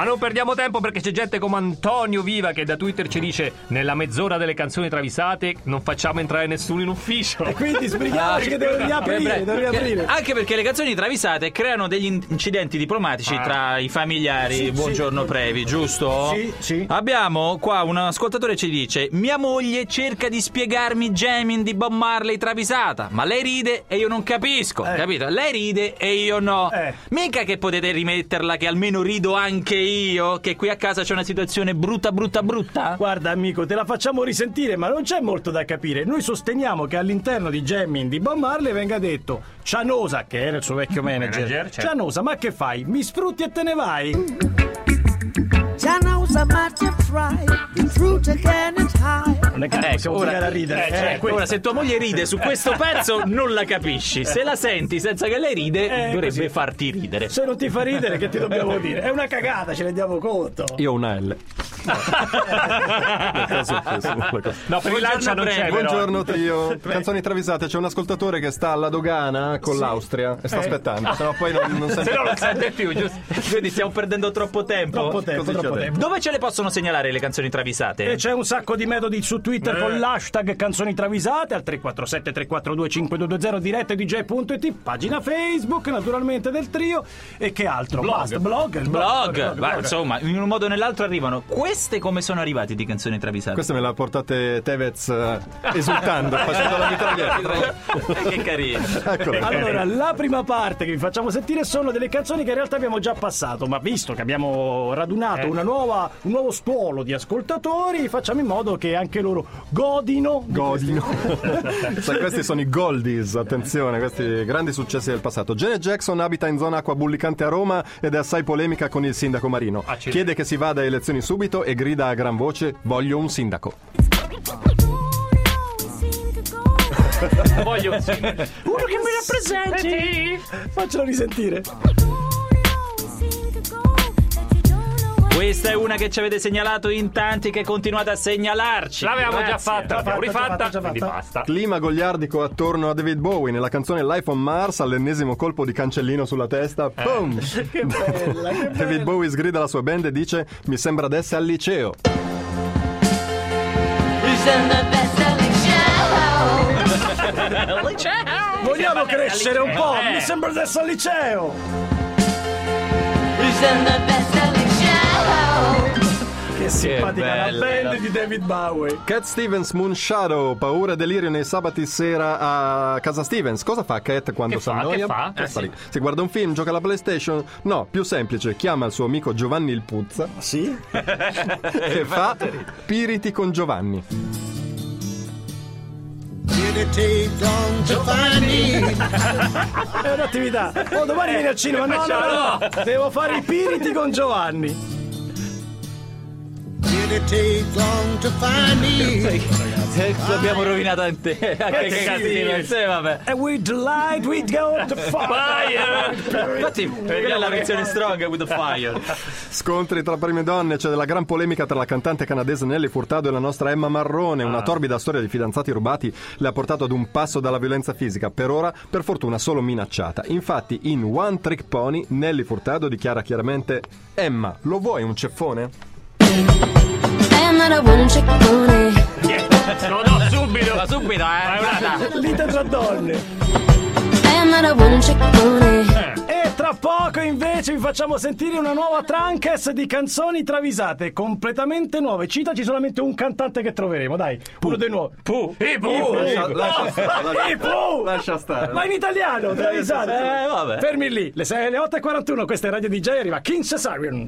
Ma non perdiamo tempo perché c'è gente come Antonio Viva che da Twitter ci dice nella mezz'ora delle canzoni travisate non facciamo entrare nessuno in ufficio. E quindi sbrighiamoci Ah, che devo riaprire, devo riaprire. Eh, Anche perché le canzoni travisate creano degli in- incidenti diplomatici Ah. tra i familiari. Sì, sì. Buongiorno Previ, giusto? Sì, sì. Abbiamo qua un ascoltatore che ci dice: Mia moglie cerca di spiegarmi Jamin di Bob Marley travisata, ma lei ride e io non capisco. Eh. Capito? Lei ride e io no. Eh. Mica che potete rimetterla, che almeno rido anche io, che qui a casa c'è una situazione brutta, brutta, brutta. Guarda amico, te la facciamo risentire, ma non c'è molto da capire. Noi sosteniamo che all'interno di Gemmin di Bob Marley venga detto Cianosa, che era il suo vecchio manager. Manager, certo. Cianosa, ma che fai? Mi sfrutti e te ne vai? Channels my chips right, fruit again it's high. Non è che possiamo ora- tirare a ridere. Ecco, eh, Eh, certo. questo. Ora, se tua moglie ride su questo pezzo, non la capisci. Se la senti senza che lei ride, dovrebbe farti ridere. Se non ti fa ridere, che ti dobbiamo dire? È una cagata, ce ne diamo conto. Io ho una L. Per caso ho preso quella cosa. No, per il lancia non c'è. Previ. però. Buongiorno Trio, canzoni travisate, c'è un ascoltatore che sta alla dogana con l'Austria e sta aspettando, sennò poi non, non sente Eh. Se no non sente più, giusto? Quindi stiamo perdendo troppo tempo. Troppo Eh, tempo, Così ci ho troppo detto. tempo. Dove ce le possono segnalare le canzoni E travisate? c'è un sacco di metodi su Twitter Eh. con l'hashtag canzoni travisate al 347 342 5220 dirette dj.it, pagina Facebook naturalmente del trio e che altro? Blog, Basta, blog, il Blog, blog, va, blog. insomma, in un modo o nell'altro arrivano. Queste come sono arrivate di canzoni travisate? Questa me la portate Tevez eh, esultando, facendo la mitraglietta. Eh, che carino. Eccola. Allora, la prima parte che vi facciamo sentire sono delle canzoni che in realtà abbiamo già passato, ma visto che abbiamo radunato una nuova- un nuovo stuolo di ascoltatori, facciamo in modo che anche loro godino di Godino. Sai, questi sono i Goldies, attenzione, questi grandi successi del passato. Janet Jackson abita in zona acqua bullicante a Roma ed è assai polemica con il sindaco Marino. Ah, Accidenti. Chiede che si vada a elezioni subito e grida a gran voce: Voglio un sindaco. Voglio un Uno che mi rappresenti! Faccelo risentire. Questa è una che ci avete segnalato in tanti che continuate a segnalarci. L'avevamo già Grazie. fatta, l'abbiamo Già fatta, rifatta, già fatta, quindi già basta. Clima gogliardico attorno a David Bowie nella canzone Life on Mars all'ennesimo colpo di cancellino sulla testa. Boom! Eh. Che bella, che David bella. Bowie sgrida la sua band e dice: Mi sembra di essere al liceo. Vogliamo crescere un po', Eh. mi sembra di essere al liceo. Che simpatica la bella, band no? di David Bowie. Cat Stevens Moon Shadow, paura e delirio nei sabati sera a casa Stevens. Cosa fa Cat quando Che si fa? annoia? Che fa? Eh, sta lì. Si guarda un film, gioca alla PlayStation? No, più semplice, chiama il suo amico Giovanni il Puzza Sì? che fa Piriti con Giovanni. È un'attività. Oh, domani vieni al cinema. No, no, no. Devo fare i piriti con Giovanni. Eh, L'abbiamo rovinata in te. Che casino. Sì, vabbè. And with the light we go to fire. eh. Infatti, quella è la versione strong with the fire. Scontri tra prime donne, c'è della gran polemica tra la cantante canadese Nelly Furtado e la nostra Emma Marrone. Una torbida storia di fidanzati rubati le ha portato ad un passo dalla violenza fisica, per ora per fortuna solo minacciata. Infatti, in One Trick Pony, Nelly Furtado dichiara chiaramente: Emma, lo vuoi un ceffone? No, no, subito. Ma subito, eh. Lite tra donne. E tra poco invece vi facciamo sentire una nuova trancast di canzoni travisate, completamente nuove. Citaci solamente un cantante che troveremo, dai. Uno dei nuovi. Pu. I Pooh. Lascia- lascia stare, lascia- I Pooh. lascia stare. Ma in italiano, travisate. Eh, vabbè. Fermi lì, le 6 alle 8.41, questa è Radio DJ, arriva King Cesarion.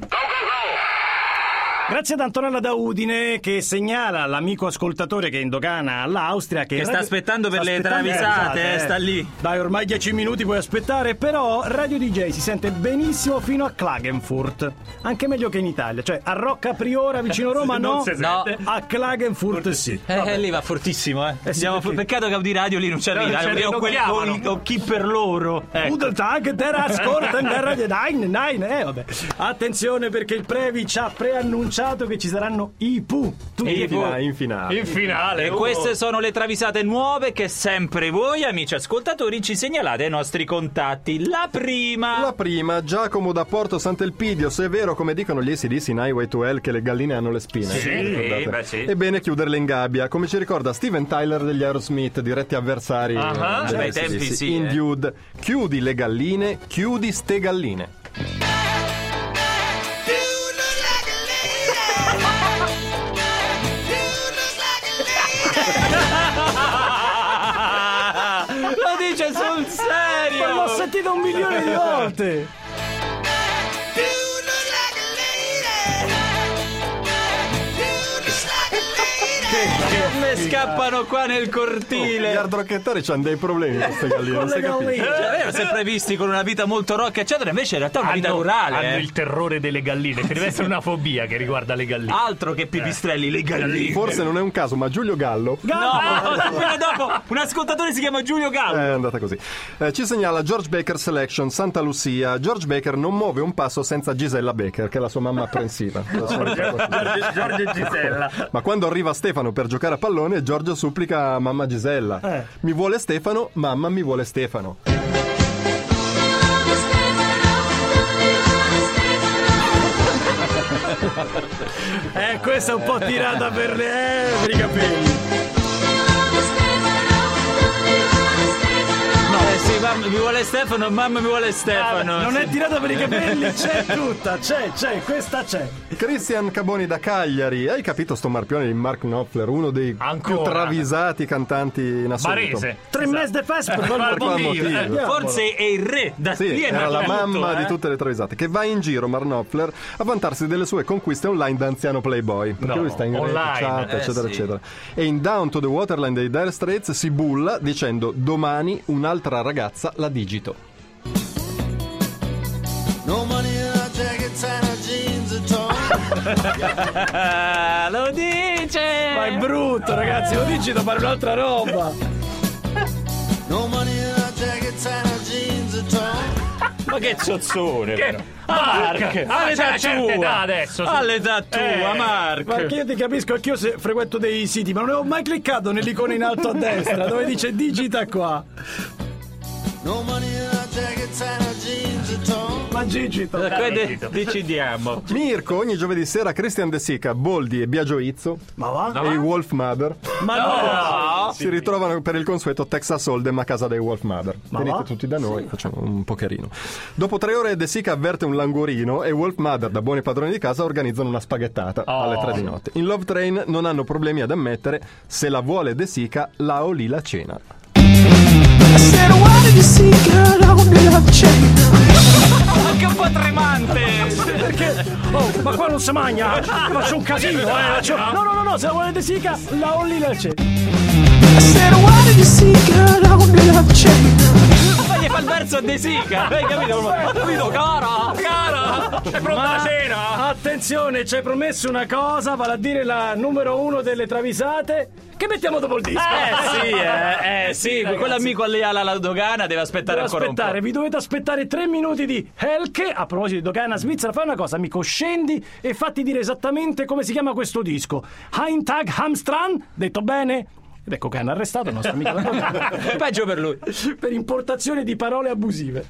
Grazie ad Antonella da Udine che segnala all'amico ascoltatore che è in dogana all'Austria che, Che sta radio- aspettando per le aspettando- travisate, Esatto, eh, sta lì. Dai, ormai 10 minuti puoi aspettare, però Radio DJ si sente benissimo fino a Klagenfurt. Anche meglio che in Italia, cioè a Rocca Priora vicino Roma Non no, si No. sente. a Klagenfurt sì. Eh, lì va fortissimo, eh. Eh sì, Siamo fu- perché- peccato che Audiradio lì non ci arriva. non ci eh, arriva, o, quel- non o- chiamano. o chi per loro. Ecco. Guten Tag, eh, der Ascolten, der Radio Nein, nein, eh vabbè. Attenzione perché il Previ ci ha preannunciato annunciato che ci saranno i Pooh. Tutti In I Pooh. finale, in finale. In finale. E oh. queste sono le travisate nuove che sempre voi, amici ascoltatori, ci segnalate ai nostri contatti. La prima. La prima, Giacomo da Porto Sant'Elpidio, se è vero come dicono gli ACDC in Highway to Hell che le galline hanno le spine. Sì, ricordate? beh, sì. È bene chiuderle in gabbia, come ci ricorda Steven Tyler degli Aerosmith, diretti avversari. Ah, beh, degli Cioè, ai AC/DC. tempi sì, In eh. Dude, chiudi le galline, chiudi ste galline. Do look like a lady. Do look like a lady. Lo dice sul Ma l'ho serio! sentito un milione di volte. Do look like a lady. Do look like a lady. Come scappano qua nel cortile! Gli ardrocchettari hanno dei problemi con queste galline, non Con si le capisce. galline. Cioè, erano sempre visti con una vita molto rock, eccetera. Invece, in realtà, è una vita hanno, rurale. hanno eh. il terrore delle galline. Ci deve essere una fobia che riguarda le galline. Altro che pipistrelli, le galline. Forse non è un caso, ma Giulio Gallo No, appena dopo. Un ascoltatore si chiama Giulio È Gallo. andata così. Eh, ci segnala George Baker Selection, Santa Lucia. George Baker non muove un passo senza Gisella Baker, che è la sua mamma apprensiva. La sua- Giorgio, Giorgio e Gisella. Ma quando arriva Stefano per giocare a pallone, Giorgio supplica a mamma Gisella. Eh. Mi vuole Stefano, mamma mi vuole Stefano. Eh, questa è un po' tirata per le eh, per i capelli. No, eh sì, mamma mi vuole Stefano, mamma mi vuole Stefano. Ah, non è tirata per i capelli, c'è tutta, c'è, c'è, questa c'è. Christian Caboni da Cagliari. Hai capito sto marpione di Mark Knopfler, uno dei più Ancora. travisati cantanti in assoluto. Barese. Tre mesi di festa per Per quel quel motivo. motivo, eh. Diavolo. Forse è il re da Sì, lì è era nato la tutto, mamma eh. di tutte le travisate che va in giro Marnoffler a vantarsi delle sue conquiste online da anziano playboy perché No, lui sta in rete, online, chat, eh, eccetera sì. eccetera e in Down to the Waterline dei Dire Straits si bulla dicendo domani un'altra ragazza la digito No money in our jackets and our jeans are torn. Ah, lo dice! Ma è brutto, ragazzi, lo digito fare un'altra roba. No money in our jackets and our jeans are torn. Ma che zozzone! Ah, però. Mark, All'età all'età certa tua. cioè, età adesso. su- All'età tua, Eh. Ma Mark! che io ti capisco, anch'io se frequento dei siti, ma non avevo mai cliccato nell'icona in alto a destra dove dice digita qua. No money in our jackets and our jeans are torn. Ma digita. Da qui de- decidiamo. Mirko ogni giovedì sera Christian De Sica Boldi e Biagio Izzo Ma va? e i Wolf Mother Ma no! si ritrovano per il consueto Texas Hold'em a casa dei Wolf Mother venite va? tutti da noi facciamo un pocherino dopo tre ore De Sica avverte un langorino e Wolf Mother da buoni padroni di casa organizzano una spaghettata Oh. alle tre di notte in Love Train non hanno problemi ad ammettere se la vuole De Sica la o lì la cena I said, why did you see girl on the love chain? Anche un po' tremante! Perché? Oh, ma qua non si magna! Faccio un casino, eh! faccio- No, no, no, no, se la volete sica, la Olli la c'è! I said, why did you see girl on the love chain? Ma gli fa il verso a De Sica! Hai capito? Ho capito, cara! Cara! È pronta Ma- la cena! Attenzione, ci hai promesso una cosa, vale a dire la numero uno delle travisate, che mettiamo dopo il disco. Eh sì, eh, eh sì, ragazzi. quell'amico lì alla, alla dogana deve aspettare Dovete ancora aspettare, un vi dovete aspettare tre minuti di Helke. A proposito di Dogana Svizzera, fai una cosa, amico, scendi e fatti dire esattamente come si chiama questo disco. Heintag Hamstran, detto bene? Ed ecco che hanno arrestato il nostro amico della Dogana po'. Peggio per lui. per importazione di parole abusive.